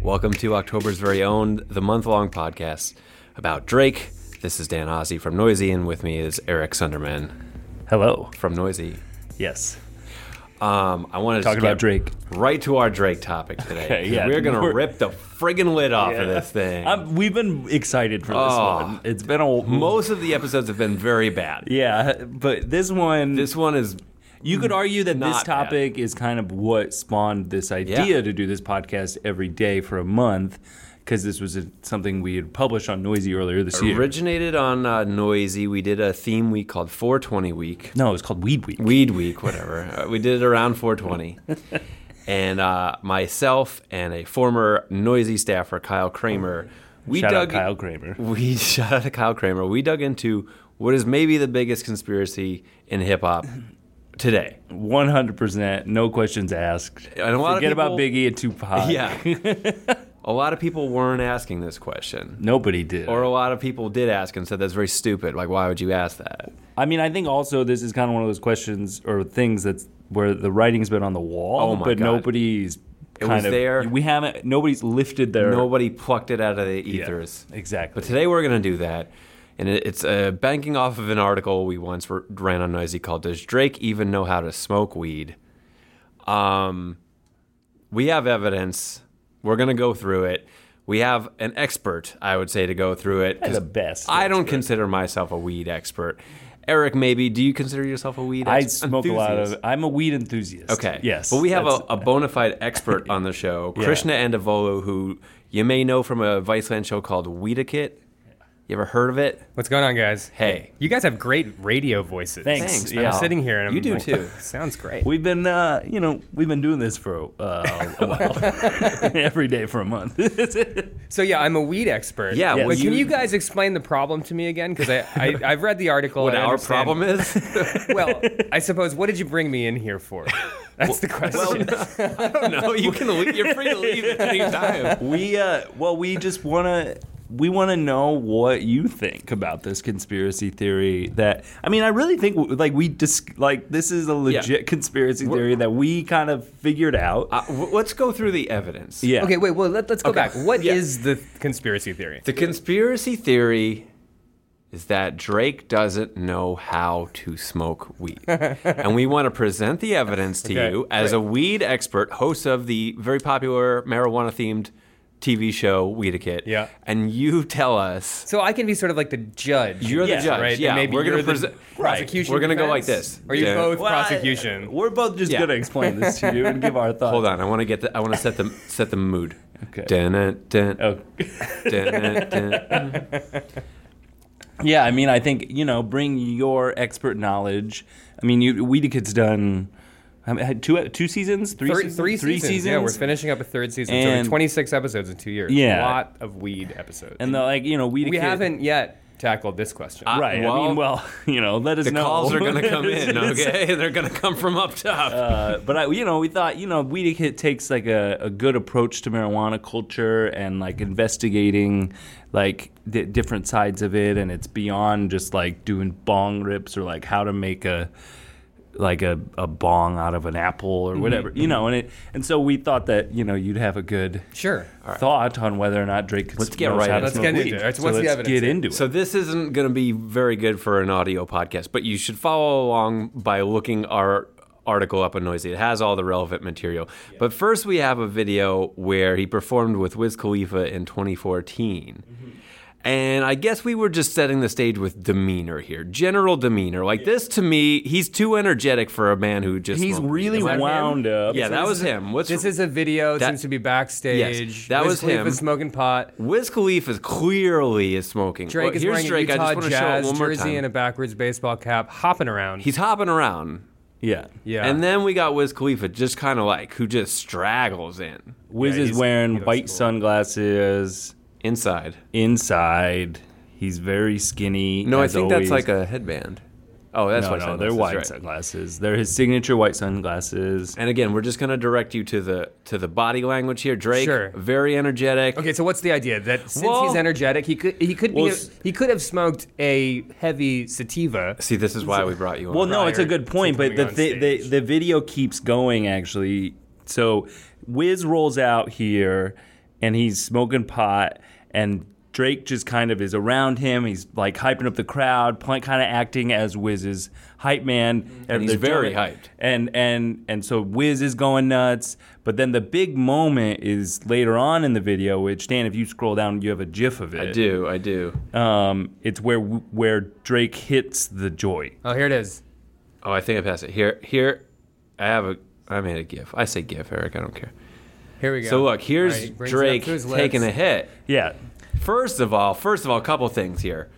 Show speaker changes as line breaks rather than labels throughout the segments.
Welcome to October's very own, the month long podcast about Drake. This is Dan Ozzie from Noisy, and with me is Eric Sunderman
Hello.
from Noisy.
Yes.
Um, I wanted
Talking
to
about Drake.
Right to our Drake topic today.
Okay, yeah.
We're going to
We're-
rip the friggin' lid off of
Yeah.
this thing.
Um, we've been excited for this
Oh.
one. It's been a
Most of the episodes have been very bad.
Yeah, but this one,
This one is
you could argue that this
not bad.
topic is kind of what spawned this idea
Yeah.
to do this podcast every day for a month, because this was a, something we had published on Noisy earlier this year.
originated on uh, Noisy. We did a theme week called 420 Week.
no, it was called Weed Week.
Weed Week, whatever. Uh, we did it around 420. and uh, myself and a former noisy staffer, Kyle Kramer, we
Shout
dug
out Kyle Kramer.
We shout out to Kyle Kramer. We dug into what is maybe the biggest conspiracy in hip hop today.
One hundred percent, no questions asked.
And a lot of
Forget about
people-
Biggie and Tupac.
Yeah. a lot of people weren't asking this question.
nobody did.
Or a lot of people did ask and said that's very stupid. Like, why would you ask that?
I mean, I think also this is kind of one of those questions or things that's where the writing's been on the wall,
Oh my
but
God.
nobody's kind
was
of
there.
We haven't. Nobody's lifted their
Nobody plucked it out of the
Yeah,
ethers.
exactly.
But today we're going to do that. And it- it's uh, banking off of an article we once r- ran on Noisy called Does Drake Even Know How to Smoke Weed? Um, we have evidence. We're going to go through it. We have an expert, I would say, to go through it. 'cause
the best
I don't consider myself a weed expert. Eric, maybe, do you consider yourself a weed
I
ex-
smoke a lot
enthusiast?
of. I'm a weed enthusiast.
Okay.
Yes.
But we have a,
that's-
a bona fide expert on the show, Krishna Andavolu, who you may know from a Viceland show called Weedakit. You ever heard of it?
What's going on, guys?
Hey.
you guys have great radio voices.
Thanks. Thanks,
I'm
pal.
sitting here and I'm
You do
like,
too.
Sounds great.
We've been, uh, you know, we've been doing this for uh, a while, every day for a month.
So yeah, I'm a weed expert.
Yeah,
Yes.
But
well,
can
you-
you guys explain the problem to me again? Because I, I I've read the article.
What
and I
our
understand-
problem is?
Well, I suppose. What did you bring me in here for? That's the question.
I don't know. You can leave. You're free to leave at any time.
we, uh, well, we just want to. We want to know what you think about this conspiracy theory. That I mean, I really think like we dis- like this is a legit conspiracy theory that we kind of figured out.
Uh, w- let's go through the evidence.
yeah.
okay, wait. Well, let, let's go back. What is
Yeah.
the conspiracy theory?
The conspiracy theory is that Drake doesn't know how to smoke weed. and we want to present the evidence to
Okay,
you as a weed expert, host of the very popular marijuana themed TV show Weedakit.
Yeah.
And you tell us
So I can be sort of like the judge.
you're
Yeah,
the judge.
right?
Yeah,
And maybe
we're gonna
you're the
present-
prosecution.
We're gonna go
defense?
like this.
Are you
Yeah.
both
Well, I-
prosecution?
we're both just
Yeah.
gonna explain this to you and give our thoughts.
Hold on, I want to get the I want to set the set the mood.
Okay.
Dun, dun,
Oh.
dun, dun.
Yeah, I mean, I think you know, bring your expert knowledge. I mean, you Weedekid's done I mean, had two two seasons, three
Thir-
seasons?
three seasons. Yeah, we're finishing up a third season. so
And-
we're 26 episodes in two years.
Yeah.
A lot of weed episodes.
And the, like, you know, Weedekid.
we haven't yet tackled this question.
Right. I mean, well, you know, let us
the
know.
calls are gonna come in,
It's-
okay? They're gonna come from up top.
Uh, but I, you know, we thought you know Weedekit takes like a, a good approach to marijuana culture and like investigating like di different sides of it, and it's beyond just like doing bong rips or like how to make a like a, a bong out of an apple or
Mm-hmm,
whatever, you know, and it and so we thought that you know you'd have a good
Sure.
thought on whether or not Drake could
Let's get
knows
right
how to
into it.
Let's
smoke
get
weed.
into it. All right, so
So
what's the
let's
evidence
get
here?
into it.
So this isn't going to be very good for an audio podcast, but you should follow along by looking our article up on Noisy. It has all the relevant material. But first, we have a video where he performed with Wiz Khalifa in 2014.
Mm-hmm.
And I guess we were just setting the stage with demeanor here, general demeanor. Like this to me, he's too energetic for a man who just
He's
smoked weed.
really
Is that him?
wound up.
Yeah, that was him. What's
This is a video. It
That-
seems to be backstage.
Yes, that
Wiz
was
Khalifa
him.
smoking pot.
Wiz Khalifa clearly is smoking.
Drake
Well,
is
here's
wearing
Drake.
a
I
Utah
just want to show it
Jazz
one more
jersey
time.
and a backwards baseball cap, hopping around.
He's hopping around.
yeah.
yeah.
And then we got Wiz Khalifa, just kind of like who just straggles in
Wiz is wearing white sunglasses
inside.
inside. He's very skinny.
No,
as
I think
always.
that's like a headband. Oh, that's
No,
white
no,
sunglasses,
they're white
right.
sunglasses. They're his signature white sunglasses.
And again, we're just gonna direct you to the to the body language here. Drake,
Sure.
very energetic.
Okay, so what's the idea that since
Well-
he's energetic, he could he could be
Well,
a-
s-
he could have smoked a heavy sativa.
See, this is why we brought you on.
Well, no, it's a
prior
good point,
to
but the,
coming
thi
on
the
stage.
the video keeps going actually. So Wiz rolls out here, and he's smoking pot, and Drake just kind of is around him. He's like hyping up the crowd, kind of acting as Wiz's hype man.
Mm-hmm. And he's
they're
very
doing it.
hyped.
And and and so Wiz is going nuts. But then the big moment is later on in the video, which Dan, if you scroll down, you have a GIF of it.
I do, I do.
Um, it's where where Drake hits the joint.
Oh, here it is.
Oh, I think I passed it. Here, here, I have a. I made a gif. I say gif, Eric. I don't care.
Here we go.
So look,
All right,
here's
he brings it up
Drake
to his lips.
taking a hit.
Yeah.
First of all, first of all, a couple things here.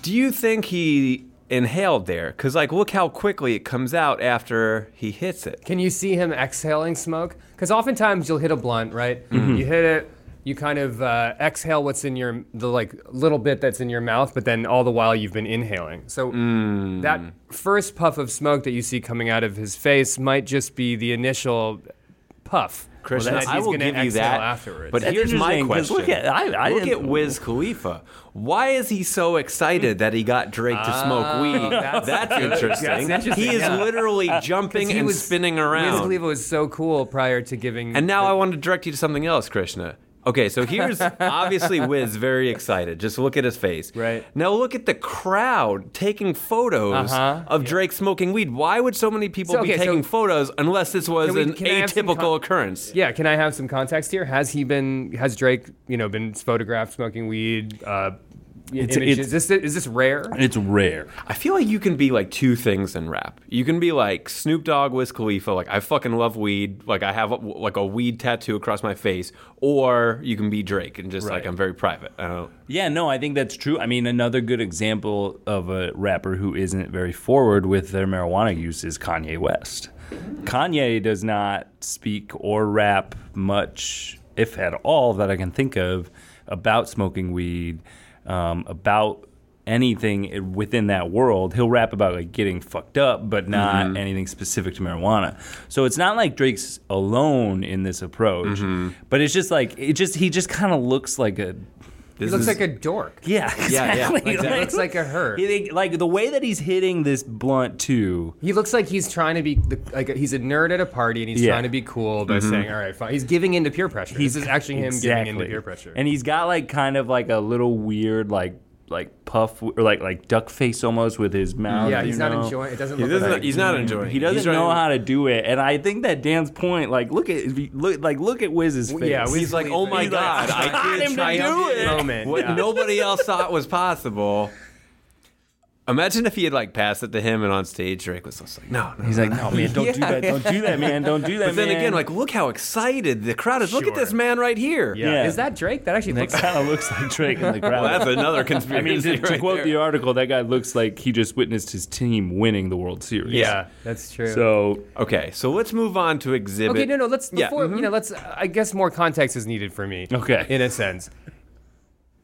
Do you think he inhaled there? Because like, look how quickly it comes out after he hits it.
Can you see him exhaling smoke? Because oftentimes you'll hit a blunt, right?
Mm-hmm.
You hit it, you kind of uh, exhale what's in your the like little bit that's in your mouth, but then all the while you've been inhaling. So
Mm.
that first puff of smoke that you see coming out of his face might just be the initial puff.
Christian,
and then
I
he's
will
gonna
give you
exhale
that.
afterwards.
But
That's
here's my
interesting, 'cause
question:
look at- I- I
look
didn't-
at Wiz Khalifa. Why is he so excited that he got Drake to smoke weed? That's, interesting.
interesting,
He is
yeah.
literally jumping and spinning
Wiz
around.
Khalifa was so cool prior to giving.
And now I want to direct you to something else, Krishna. Okay, so here's obviously Wiz very excited. Just look at his face.
Right.
Now look at the crowd taking photos
Uh-huh.
of Drake smoking weed. Why would so many people
So,
be
okay, so-
taking photos unless this was
Can we-
an
can I have some
atypical
con-
occurrence?
Yeah, can I have some context here? Has he been? Has Drake, you know, been photographed smoking weed? Uh,
It's- it's-
images? is this is this rare?
It's rare.
I feel like you can be like two things in rap. You can be like Snoop Dogg, Wiz Khalifa, like I fucking love weed, like I have a, like a weed tattoo across my face, or you can be Drake and just like
Right.
I'm very private. I don't.
Yeah, no, I think that's true. I mean, another good example of a rapper who isn't very forward with their marijuana use is Kanye West. Kanye does not speak or rap much, if at all, that I can think of, about smoking weed, um, about anything i- within that world. He'll rap about like getting fucked up, but not anything specific to marijuana. So it's not like Drake's alone in this approach, but it's just like it just he just kind of looks like a
he looks like a dork.
yeah,
yeah,
exactly.
like
that. Looks like a her.
He think- like the way that he's hitting this blunt too.
He looks like he's trying to be the, like he's a nerd at a party and he's
Yeah. Mm-hmm.
trying to be cool by saying, "All right, fine." He's giving in to peer pressure.
He's
this is actually him
exactly.
giving in to peer pressure.
and he's got like kind of like a little weird like like puff or like like duck face almost with his mouth.
yeah,
you
he's not
know?
enjoying. It doesn't
He
look.
doesn't-
like,
he's not enjoying.
He doesn't know how to do it, and I think that Dan's point, like, look at if you look, like, look at Wiz's face.
yeah, Wiz
He's like,
Khalifa.
oh my
He's like,
god,
I got
I
him
did
to
triumphant
do it."
Moment,
What
yeah.
nobody else thought was possible. Imagine if he had like passed it to him and on stage Drake was just like, no, no.
he's like, no, man, don't do that, don't do that, man, don't do that.
But then
man."
again, like, look how excited the crowd is. Look at
Sure.
this man right here.
Yeah.
Yeah.
Is that Drake? That actually
that
looks.
kind of looks like Drake in the crowd.
Well, that's another
I
conspiracy.
mean, to, to
right
quote
there.
the article, that guy looks like he just witnessed his team winning the World Series.
Yeah, that's true.
So
Okay, so let's move on to exhibit.
Okay, no, no. Let's
Yeah, Mm-hmm.
before you know. Let's. I guess more context is needed for me.
Okay.
In a sense,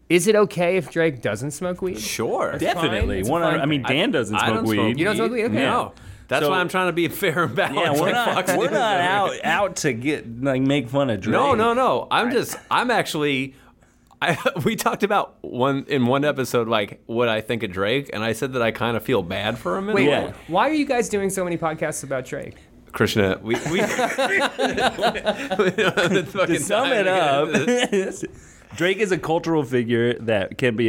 is it okay if Drake doesn't smoke weed?
Sure.
fine.
definitely,
It's a
one.
fine
I mean,
thing.
Dan doesn't
I
smoke
don't
weed.
smoke
You don't smoke weed? Okay.
No. That's
So-
why I'm trying to be fair and balanced.
Yeah,
like
we're not.
Fox
we're
News
not
over here.
out out to get like make fun of Drake.
No, no, no. I'm just. I'm actually. I, we talked about one in one episode, like what I think of Drake, and I said that I kind of feel bad for him. In
Wait,
a way.
why are you guys doing so many podcasts about Drake?
Krishna, we we, we don't have the fucking
to sum
time
it
get
up,
into this.
Drake is a cultural figure that can be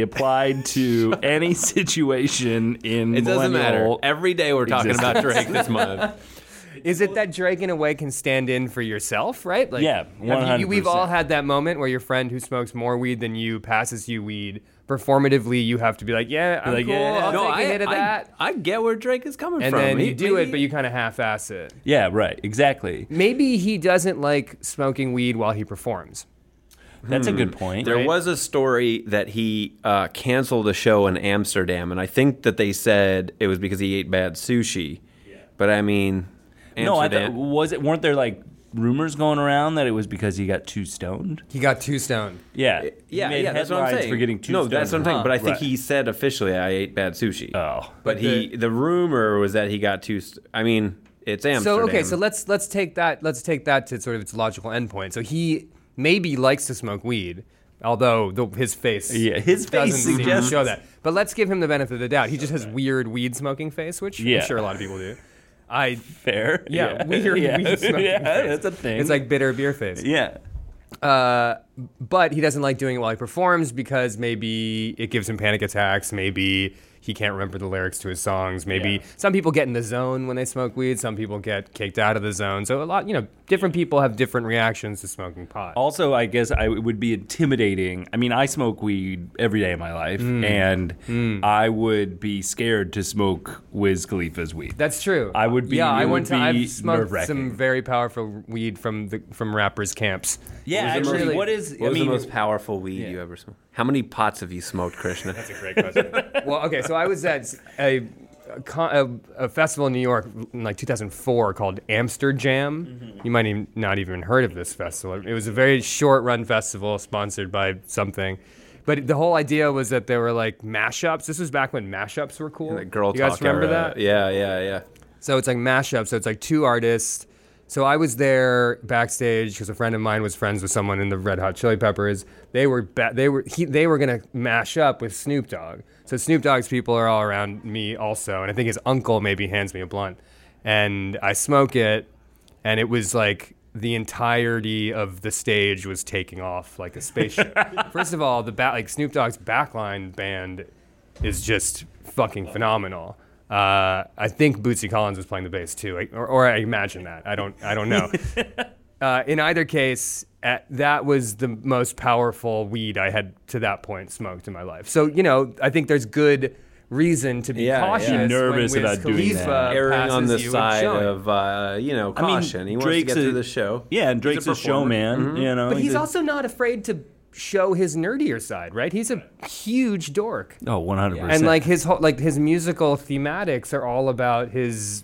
applied to any situation in
It doesn't matter.
millennial-
Every day we're talking about Drake this month.
Is it that Drake in a way can stand in for yourself, right? Like,
Yeah,
have you- We've all
100%.
had that moment where your friend who smokes more weed than you passes you weed. Performatively, you have to be like, "Yeah, I'm
Like,
cool.
yeah.
I'll
No,
take a
I,
hit of
I-
that."
I get where Drake is coming
and
from.
then
He-
you do
he-
it, but you kind of half-ass it.
Yeah, right. Exactly.
Maybe he doesn't like smoking weed while he performs.
That's a good
Hmm.
point.
There was a story that he uh, canceled a show in Amsterdam, and I think that they said it was because he ate bad sushi. But I mean,
no, I
Amsterdam.
thought was it weren't there like rumors going around that it was because he got too stoned?
He got two stoned.
Yeah. He
yeah,
made
yeah, that's what I'm
headlines
saying.
For getting too
no,
stoned.
that's what I'm saying. But I think
Right.
he said officially, "I ate bad sushi."
Oh.
but he the rumor was that he got too. St- I mean, it's
So
Amsterdam.
okay, so let's let's take that let's take that to sort of its logical endpoint. So he maybe likes to smoke weed, although the, his face
Yeah, his face
doesn't seem to
suggests-
show that. But let's give him the benefit of the doubt. He just has weird weed smoking face, which
Yeah.
I'm sure a lot of people do. I
fair.
yeah, weird
yeah.
weed smoking
Yeah,
face.
that's a thing.
it's like bitter beer face.
yeah.
But he doesn't like doing it while he performs because maybe it gives him panic attacks. Maybe he can't remember the lyrics to his songs. Maybe
Yeah.
some people get in the zone when they smoke weed. Some people get kicked out of the zone. So a lot, you know, different people have different reactions to smoking pot.
Also, I guess I it would be intimidating. I mean, I smoke weed every day of my life, and I would be scared to smoke Wiz Khalifa's weed.
That's true.
I would be-
Yeah, I
it
went
would
to.
be
I've smoked
nerve-wracking.
some very powerful weed from the from rappers' camps.
yeah,
What was the
actually,
most-
what is?
what
I
was
mean,
the most powerful weed you ever smoked? How many pots have you smoked, Krishna?
Great question. well, okay, so I was at a, a, con- a, a festival in New York in like 2004 called Amsterdam. You might even, not even heard of this festival. It was a very short-run festival sponsored by something. But the whole idea was that there were like mashups. This was back when mashups were cool.
That girl
you guys
talk
remember
era.
that?
Yeah, yeah, yeah.
So it's like mashup. So it's like two artists. So I was there backstage because a friend of mine was friends with someone in the Red Hot Chili Peppers. They were ba- they were he, they were gonna mash up with Snoop Dogg. So Snoop Dogg's people are all around me also, and I think his uncle maybe hands me a blunt, and I smoke it, and it was like the entirety of the stage was taking off like a spaceship. First of all, the ba- like Snoop Dogg's backline band is just fucking phenomenal. Uh, I think Bootsy Collins was playing the bass too, I- or, or I imagine that. I don't, I don't know. uh, in either case, at, that was the most powerful weed I had to that point smoked in my life. So you know, I think there's good reason to be
Yeah, yeah.
cautious.
Be
when
nervous
Wiz
about doing
Khalifa
that.
Erring on
passes
the
you and
side
showing.
of uh, you know
I mean,
caution. he wants to
Drake's
get
a-
through the show.
Yeah, and Drake's a, Mm-hmm.
performer.
showman. You know,
But he's
a-
also not afraid to show his nerdier side, right? He's a huge dork.
oh, one hundred percent.
and like his whole like his musical thematics are all about his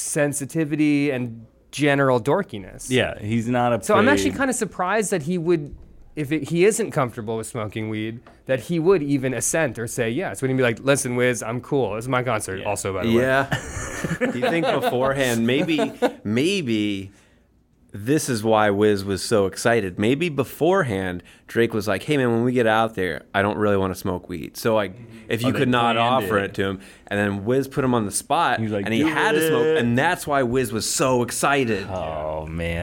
sensitivity and general dorkiness.
yeah, he's not a.
So I'm actually kind of surprised that he would, if it, he isn't comfortable with smoking weed, that he would even assent or say yes. Wouldn't he be like, "Listen, Wiz, I'm cool. This is my concert." Also, by the way.
Yeah. Do you think beforehand, maybe, maybe this is why Wiz was so excited? Maybe beforehand, Drake was like, "Hey man, when we get out there, I don't really want to smoke weed. So like, if you
they
could not
planned
offer
it.
it. to him, and then Wiz put him on the spot,
He's like,
and he
"Do
had to
it."
smoke, and that's why Wiz was so excited.
Oh man.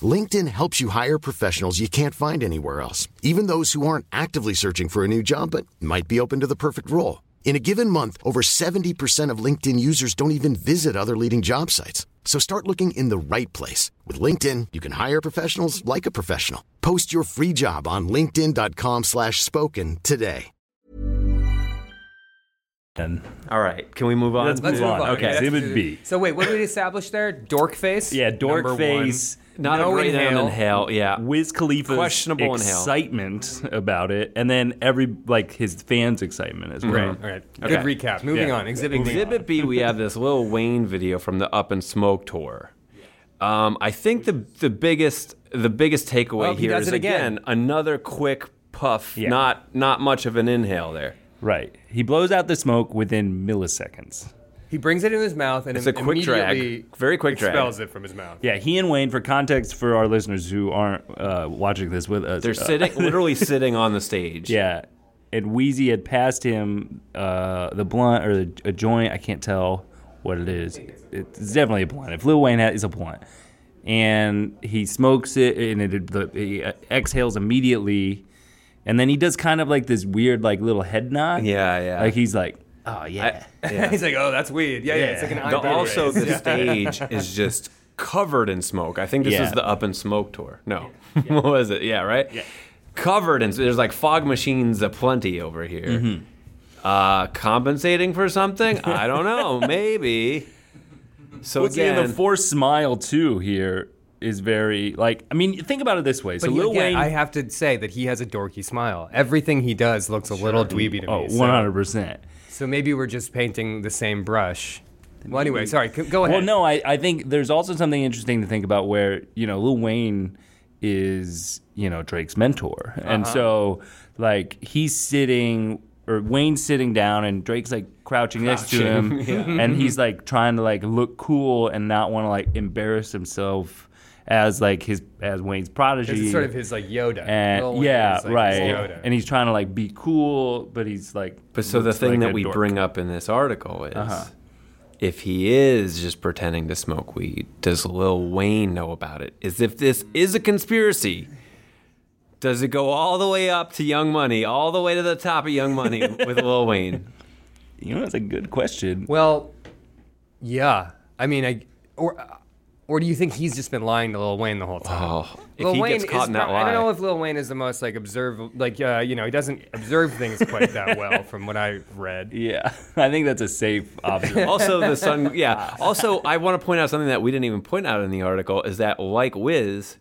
LinkedIn helps you hire professionals you can't find anywhere else, even those who aren't actively searching for a new job but might be open to the perfect role. In a given month, over 70% of LinkedIn users don't even visit other leading job sites. So start looking in the right place. With LinkedIn, you can hire professionals like a professional. Post your free job on linkedin.com/spoken slash spoken today.
And
All right, can we move on?
Let's
Let's
move
move
on.
on.
Okay.
Let's
Exhibit
do-
B.
So wait, what did we establish there? Dork face.
yeah, dork
Number one.
face.
Not
No
a great
inhale.
inhale. Yeah.
Wiz Khalifa's
Uh, Questionable inhale.
excitement about it, and then every like his fans' excitement as well.
All right.
Okay.
Good recap. Moving
Yeah.
on. Exhibit B.
Exhibit B, we have this Lil Wayne video from the Up and Smoke tour. Um, I think the the biggest the biggest takeaway
Oh, he
here
does
is
it again.
another quick puff,
Yeah.
not not much of an inhale there.
Right. He blows out the smoke within milliseconds.
He brings it in his mouth and
It's a quick drag.
immediately
Very quick drag.
expels it from his mouth.
Yeah, he and Wayne, for context for our listeners who aren't uh, watching this with us,
They're
uh,
sitting literally sitting on the stage.
Yeah, and Wheezy had passed him uh, the blunt or the, a joint. I can't tell what it is. It's definitely a blunt. If Lil Wayne had, it's a blunt, and he smokes it and it, the, he uh, exhales immediately, and then he does kind of like this weird like little head nod.
Yeah, yeah.
Like he's like, oh yeah.
He's like, oh, that's weird. Yeah, yeah. It's like an
The-
eye
also the stage is just covered in smoke. I think this
Yeah.
is the Up and Smoke tour. No, what was it? Yeah, right. Yeah. Covered in there's like fog machines aplenty over here. Uh, compensating for something? I don't know. Maybe. So
What's
again,
in the forced smile too here is very like I mean think about it this way. so
But
Lil
again,
Wayne,
I have to say that he has a dorky smile. Everything he does looks a little dweeby to me.
oh
so-
100 percent.
So maybe we're just painting the same brush. Well, anyway, sorry. c- Go ahead.
Well, no, I, I think there's also something interesting to think about where, you know, Lil Wayne is, you know, Drake's mentor. And
Uh-huh.
so, like, he's sitting, or Wayne's sitting down, and Drake's, like, crouching, next to him. And he's, like, trying to, like, look cool and not want to, like, embarrass himself as, like, his, as Wayne's prodigy.
This is sort of his like Yoda. Lil
and
Wayne
Uh, yeah,
is, like,
right.
his Yoda.
And he's trying to like be cool, but he's like.
but so the
looks
thing
like
that
a
we
dork.
bring up in this article is.
Uh-huh.
If he is just pretending to smoke weed, does Lil Wayne know about it? Is if this is a conspiracy, does it go all the way up to Young Money, all the way to the top of Young Money with Lil Wayne?
You know, that's a good question.
Well, yeah. I mean, I or or do you think he's just been lying to Lil Wayne the whole time?
Oh, if
Lil
he
Wayne
gets caught
is
in that
prob-
lie,
I don't know if Lil Wayne is the most like observe like uh, you know he doesn't observe things quite that well from what I read.
Yeah, I think that's a safe observation.
also the sun. Yeah. Also, I want to point out something that we didn't even point out in the article is that like Wiz,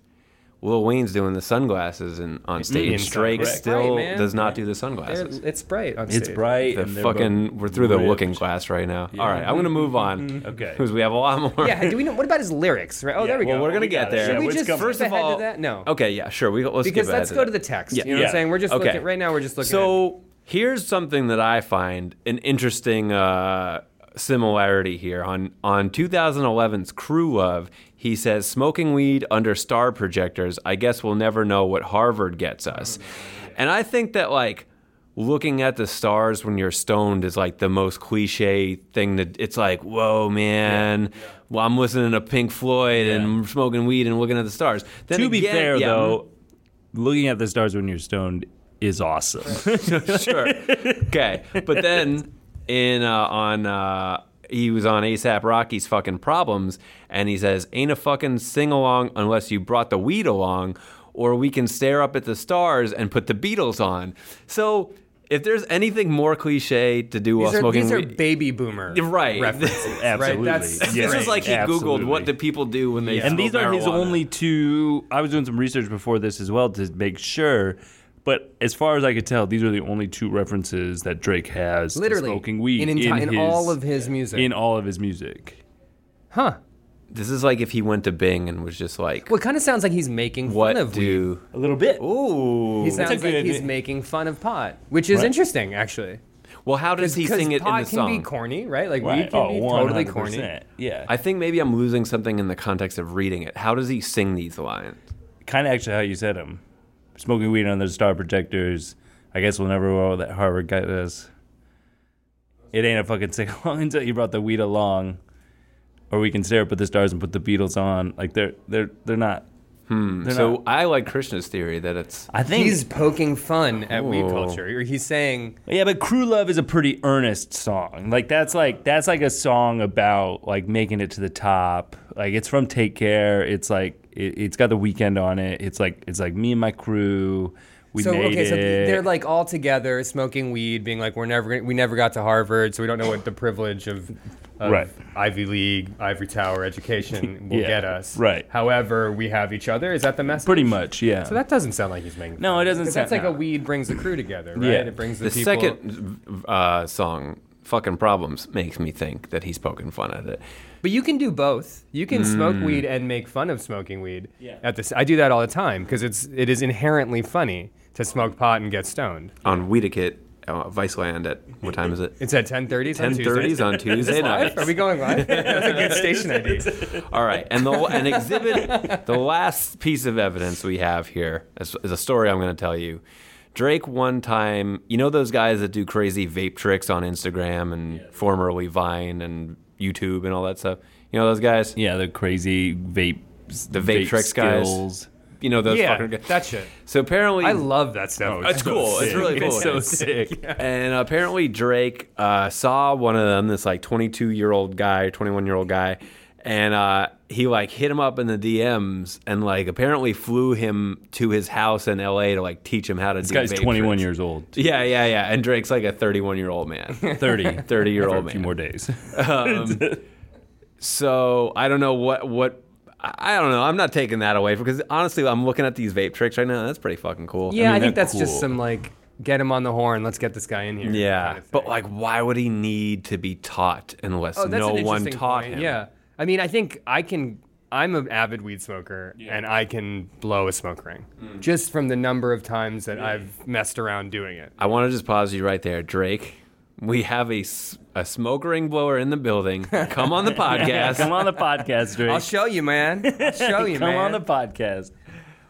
Lil Wayne's doing the sunglasses and on stage.
Inside,
Drake
Mm-hmm. correct.
still
Right, man.
does not do the
They're-
sunglasses.
It's bright. On
it's
stage.
bright.
The
and they're
fucking
both
we're through the
ripped. Mm-hmm.
looking glass right now. All right, I'm gonna move on.
Okay.
Because we have a lot more.
Yeah. Do we know what about his lyrics? Right. Oh, there we go.
Well, we're gonna
We
get
got it.
there.
Should
we
it's
just
coming.
first
First
of
of all,
that? No.
Okay, yeah, sure. We let's
Because
get back
let's
to
go
that.
to the text.
Yeah.
You know what
Yeah.
I'm saying? We're just
Okay.
looking right now. We're just looking. at,
So here's something that I find an interesting uh, similarity here. On on 2011's Crew Love, he says, "Smoking weed under star projectors. I guess we'll never know what Harvard gets us." And I think that like looking at the stars when you're stoned is like the most cliche thing to it's like whoa man well i'm listening to pink floyd and smoking weed and looking at the stars then
To be
again-
fair,
yeah,
though, looking at the stars when you're stoned is awesome.
sure. Okay, but then in uh, on uh, he was on ASAP Rocky's fucking problems, and he says, "Ain't a fucking sing along unless you brought the weed along, or we can stare up at the stars and put the Beatles on." So. If there's anything more cliche to do while
these are,
smoking
these are
weed,
baby boomer
right?
references.
Absolutely.
Right? That's,
Yeah.
this is like he
Absolutely.
googled what do people do when they
and these
smoke
are his
marijuana.
only two. I was doing some research before this as well to make sure. But as far as I could tell, these are the only two references that Drake has to
Literally,
smoking weed
in enti- in
his-
all of his music.
In all of his music.
huh?
This is like if he went to Bing and was just like,
Well, it kind of sounds like he's making fun
"What
of weed.
do?"
A little bit.
Ooh,
He sounds like
good-
he's making fun of pot, which is interesting, actually.
well, how does he
Because
sing it in
pot
the
can
song?
be corny, right? Like
Right.
weed can
oh,
be totally corny.
100%. Yeah.
I think maybe I'm losing something in the context of reading it. How does he sing these lines?
kind of actually how you said them. Smoking weed under the star projectors. I guess we'll never know that Harvard got us. It ain't a fucking sing along until you brought the weed along, or we can stare up at the stars and put the Beatles on. Like they're they're they're not. Hmm.
so I like Krishna's theory that it's
I think
He's poking fun at weed
Ooh.
culture, or he's saying
yeah, but Crew Love is a pretty earnest song. Like that's like that's like a song about like making it to the top. Like it's from Take Care. It's like it, it's got the weekend on it. It's like it's like me and my crew. We
so
made
okay, so
it.
they're like all together smoking weed, being like, "We're never, gonna, we never got to Harvard, so we don't know what the privilege of, of
Right.
Ivy League, Ivory Tower education will
Yeah,
get us."
right.
However, we have each other. Is that the message?
pretty much, yeah.
So that doesn't sound like he's making.
No,
fun.
it doesn't
'Cause That's
sound-
like a
no.
weed brings the crew together, right?
Yeah.
It brings the,
The
people.
second uh, song, "Fucking Problems," makes me think that he's poking fun at it.
But you can do both. You can smoke weed and make fun of smoking weed. Yeah. At this, I do that all the time because it's it is inherently funny to smoke pot and get stoned.
on Weedekit, uh, Viceland at what time is it?
It's at 10:30.
10:30s on Tuesday night.
Are we going live? That's a good station ID.
All right, and the and exhibit the last piece of evidence we have here is, is a story I'm going to tell you. Drake one time, you know those guys that do crazy vape tricks on Instagram and formerly Vine and YouTube and all that stuff. You know those guys.
yeah, the crazy vape, the
vape tricks guys. You know those
Yeah,
fucking guys.
that shit.
So apparently,
I love that
Oh,
stuff.
It's cool. It's really cool.
It's so sick.
And apparently Drake uh, saw one of them, this like 22 year old guy, 21 year old guy, and uh, he like hit him up in the DMs and like apparently flew him to his house in LA to like teach him how to
This
do.
guy's
vape
21
tricks.
years old.
Yeah, yeah, yeah. And Drake's like a 31 year old man.
30.
30 year
For
old
a few
man.
more days.
So I don't know what what. I I don't know. I'm not taking that away because honestly, I'm looking at these vape tricks right now. That's pretty fucking cool.
Yeah, I,
mean,
think
they're
that's just
cool.
some like get him on the horn. Let's get this guy in here.
Yeah,
kind of
but
thing.
like, why would he need to be taught unless
oh, that's
no
an
one
interesting
taught
point.
him?
Yeah, I mean, I think I can. I'm an avid weed smoker, and I can blow a smoke ring just from the number of times that I've messed around doing it.
I want to just pause you right there, Drake. We have a, s- a smoke ring blower in the building. Come on the podcast.
Come on the podcast, Drake.
I'll show you, man. I'll show you,
Come
man.
on the podcast.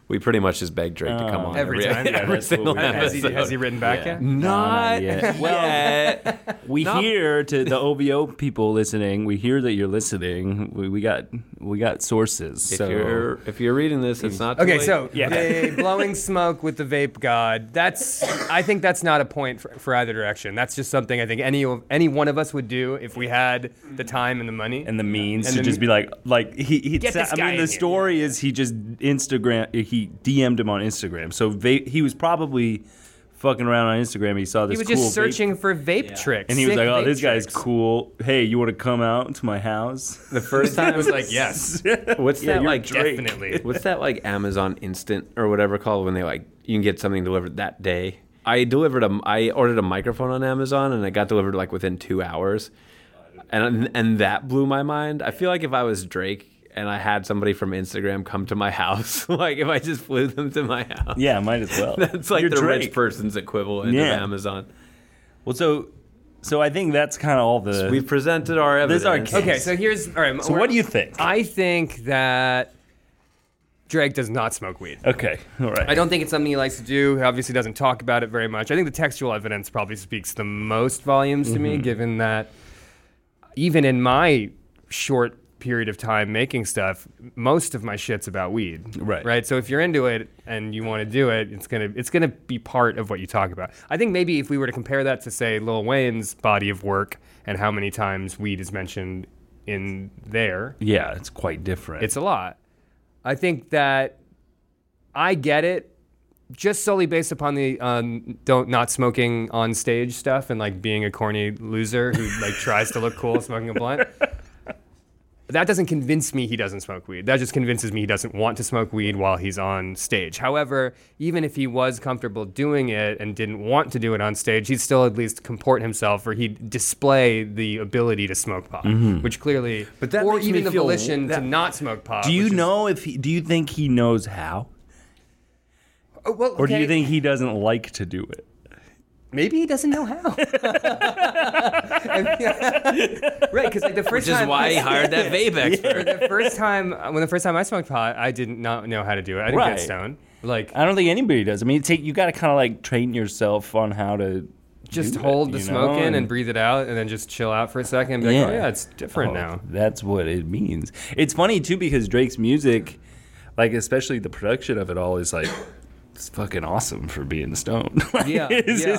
We pretty much just begged Drake to come on
Uh, every time,
every
yeah, that's
what
single
we
episode.
do.
has, he, has he written back yet?
Not
Not yet.
yet.
We hear to the OVO people listening. We hear that you're listening. We, we got we got sources.
if
so
you're if you're reading this, it's not. Too
Okay,
late.
so
Yeah.
the blowing smoke with the vape god. That's I think that's not a point for, for either direction. That's just something I think any of- any one of us would do if we had the time and the money.
and the means
And
to
the
just
me-
be like like he, he
Get
sa-
this
I
guy in
mean
here.
the story is he just Instagram he DM'd him on Instagram. So va- he was probably fucking around on Instagram. He saw this
he was
cool
just
vape-
searching for vape tricks.
and he was
sick
like, "Oh,
vape
this guy's
tricks."
cool. Hey, you want to come out to my house?"
the first
I
time
was like, yes,
what's that like?
definitely.
What's that like Amazon Instant or whatever called when they like you can get something delivered that day? I delivered a I ordered a microphone on Amazon and it got delivered like within two hours, and and that blew my mind. I feel like if I was Drake. And I had somebody from Instagram come to my house. like if I just flew them to my house,
Yeah, might as well.
it's like
You're
the rich
Drake.
person's equivalent
Yeah.
of Amazon.
Well, so so I think that's kind of all the.
We presented our evidence.
This is our case.
Okay, so here's all right.
so what do you think?
I think that Drake does not smoke weed.
okay, all right.
I don't think it's something he likes to do. He obviously doesn't talk about it very much. I think the textual evidence probably speaks the most volumes to
Mm-hmm.
me, given that even in my short period of time making stuff, most of my shit's about weed.
Right.
Right. So if you're into it and you want to do it, it's gonna it's gonna be part of what you talk about. I think maybe if we were to compare that to say Lil Wayne's body of work and how many times weed is mentioned in there,
Yeah, it's quite different.
it's a lot. I think that I get it just solely based upon the um, don't not smoking on stage stuff and like being a corny loser who like tries to look cool smoking a blunt. That doesn't convince me he doesn't smoke weed. That just convinces me he doesn't want to smoke weed while he's on stage. However, even if he was comfortable doing it and didn't want to do it on stage, he'd still at least comport himself or he'd display the ability to smoke pot, which clearly,
Mm-hmm. But that
or
makes
even
me
the
feel-
volition
that-
to not smoke pot.
do you
which is-
know if he, do you think he knows how,
Oh, well,
or do you
okay.
think he doesn't like to do it?
Maybe he doesn't know how. right, because like the first
which is
time,
why he hired that vape expert.
the first time when the first time I smoked pot, I did not know how to do it. I didn't
Right. Uh,
get stoned. Like
I don't think anybody does. I mean, take you got to kind of like train yourself on how to
just
do it,
hold the
you
smoke
know,
in and breathe it out, and then just chill out for a second. And be like, oh yeah, it's different
Oh,
now.
That's what it means. It's funny too because Drake's music, like especially the production of it all, is like it's fucking awesome for being stoned.
Yeah, yeah.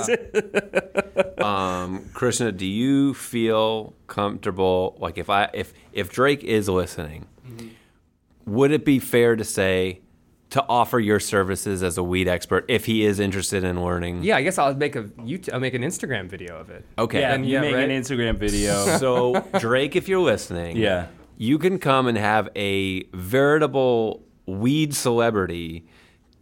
Krishna, do you feel comfortable? Like, if
Mm-hmm.
I if if Drake is listening, would it be fair to say to offer your services as a weed expert if he is interested in learning.
Yeah, I guess I'll make a YouTube, I'll make an Instagram video of it.
Okay.
Yeah,
And
you
yeah,
make
right?
an Instagram video.
So Drake, if you're listening,
Yeah.
you can come and have a veritable weed celebrity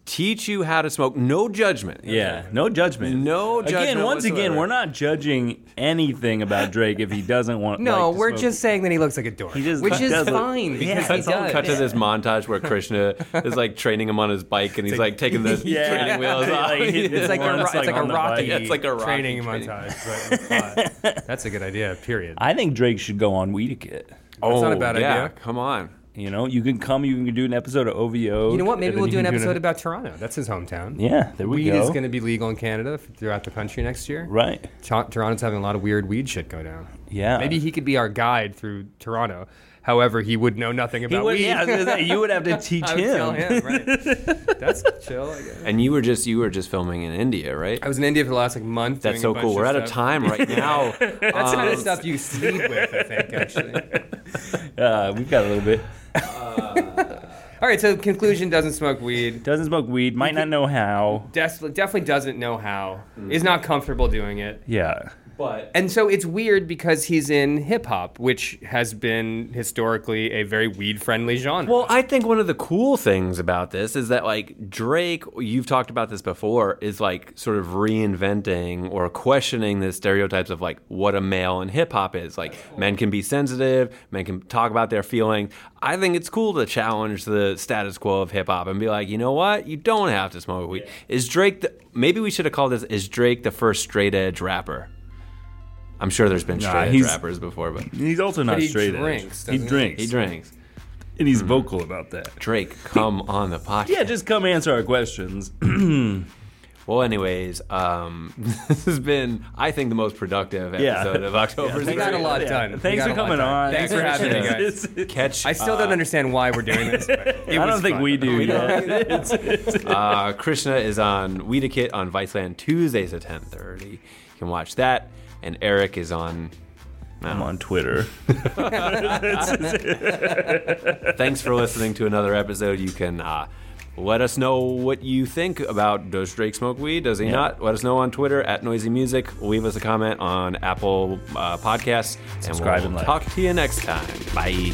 teach you how to smoke. No judgment.
Yeah, no judgment.
No
Again,
judgment
once again,
whatsoever.
we're not judging anything about Drake if he doesn't want.
No,
like, to
we're
smoke.
just saying that he looks like a dork,
He just
which is
does look-
fine because he does.
Cut to this montage where Krishna is like training him on his bike, and he's like taking the
Yeah.
training wheels off.
Like, hit
It's
this
like, a,
once,
ro- it's like a
on the bike.
Rocky.
Yeah, it's like a Rocky
training,
training.
montage. But, uh, that's a good idea. Period.
I think Drake should go on Weedakit.
oh,
not a bad
yeah,
idea.
Come on.
You know, you can come. You can do an episode of OVO.
you know what? Maybe
and
we'll
then
do
you
an
can
episode about Toronto. That's his hometown.
Yeah, there we
Weed
go.
is going to be legal in Canada f- throughout the country next year.
Right.
Tor- Toronto's having a lot of weird weed shit go down.
Yeah.
Maybe he could be our guide through Toronto. However, he would know nothing
He
about
would,
weed.
yeah, I was gonna say, you would have to teach
I would tell
him.
him, right. That's chill, I guess.
And you were just you were just filming in India, right?
I was in India for the last like month.
That's so
doing a
cool.
bunch
We're out of
stuff.
time
Um,
right now.
That's the kind of stuff you sleep with, I think, actually.
Uh, we've got a little bit.
All right, so conclusion doesn't smoke weed.
Doesn't smoke weed. Might not know how.
Des- definitely doesn't know how. Is not comfortable doing it.
Yeah.
but
And so it's weird because he's in hip hop, which has been historically a very weed friendly genre.
Well, I think one of the cool things about this is that like Drake, you've talked about this before, is like sort of reinventing or questioning the stereotypes of like what a male in hip hop is. Like men can be sensitive, men can talk about their feelings. I think it's cool to challenge the status quo of hip hop and be like, you know what, you don't have to smoke weed. Is Drake? The, maybe we should have called this "Is Drake the first straight edge rapper?" I'm sure there's been straight edge
he's-
rappers before, but
He's also not
he
straight edge.
drinks,
He
doesn't he?
drinks.
he drinks.
And he's vocal about that.
Drake, come on the podcast.
Yeah, just come answer our questions.
Well, anyways, um, this has been, I think, the most productive episode
Yeah.
of October.
we got a lot done. We
Thanks
got
for
a lot
coming
done.
on. Uh,
Thanks for having me, guys.
Catch.
I still don't understand why we're doing this. but it
I
was
don't think
fun.
we do. yet.
uh, Krishna is on Weedakit on Viceland Tuesdays at ten thirty. You can watch that. And Eric is on.
I'm on Twitter.
Thanks for listening to another episode. You can uh, let us know what you think about does Drake smoke weed? Does he not? Let us know on Twitter at Noisy Music. Leave us a comment on Apple uh, Podcasts.
Subscribe
and
and
we'll
like.
talk to you next time. Bye.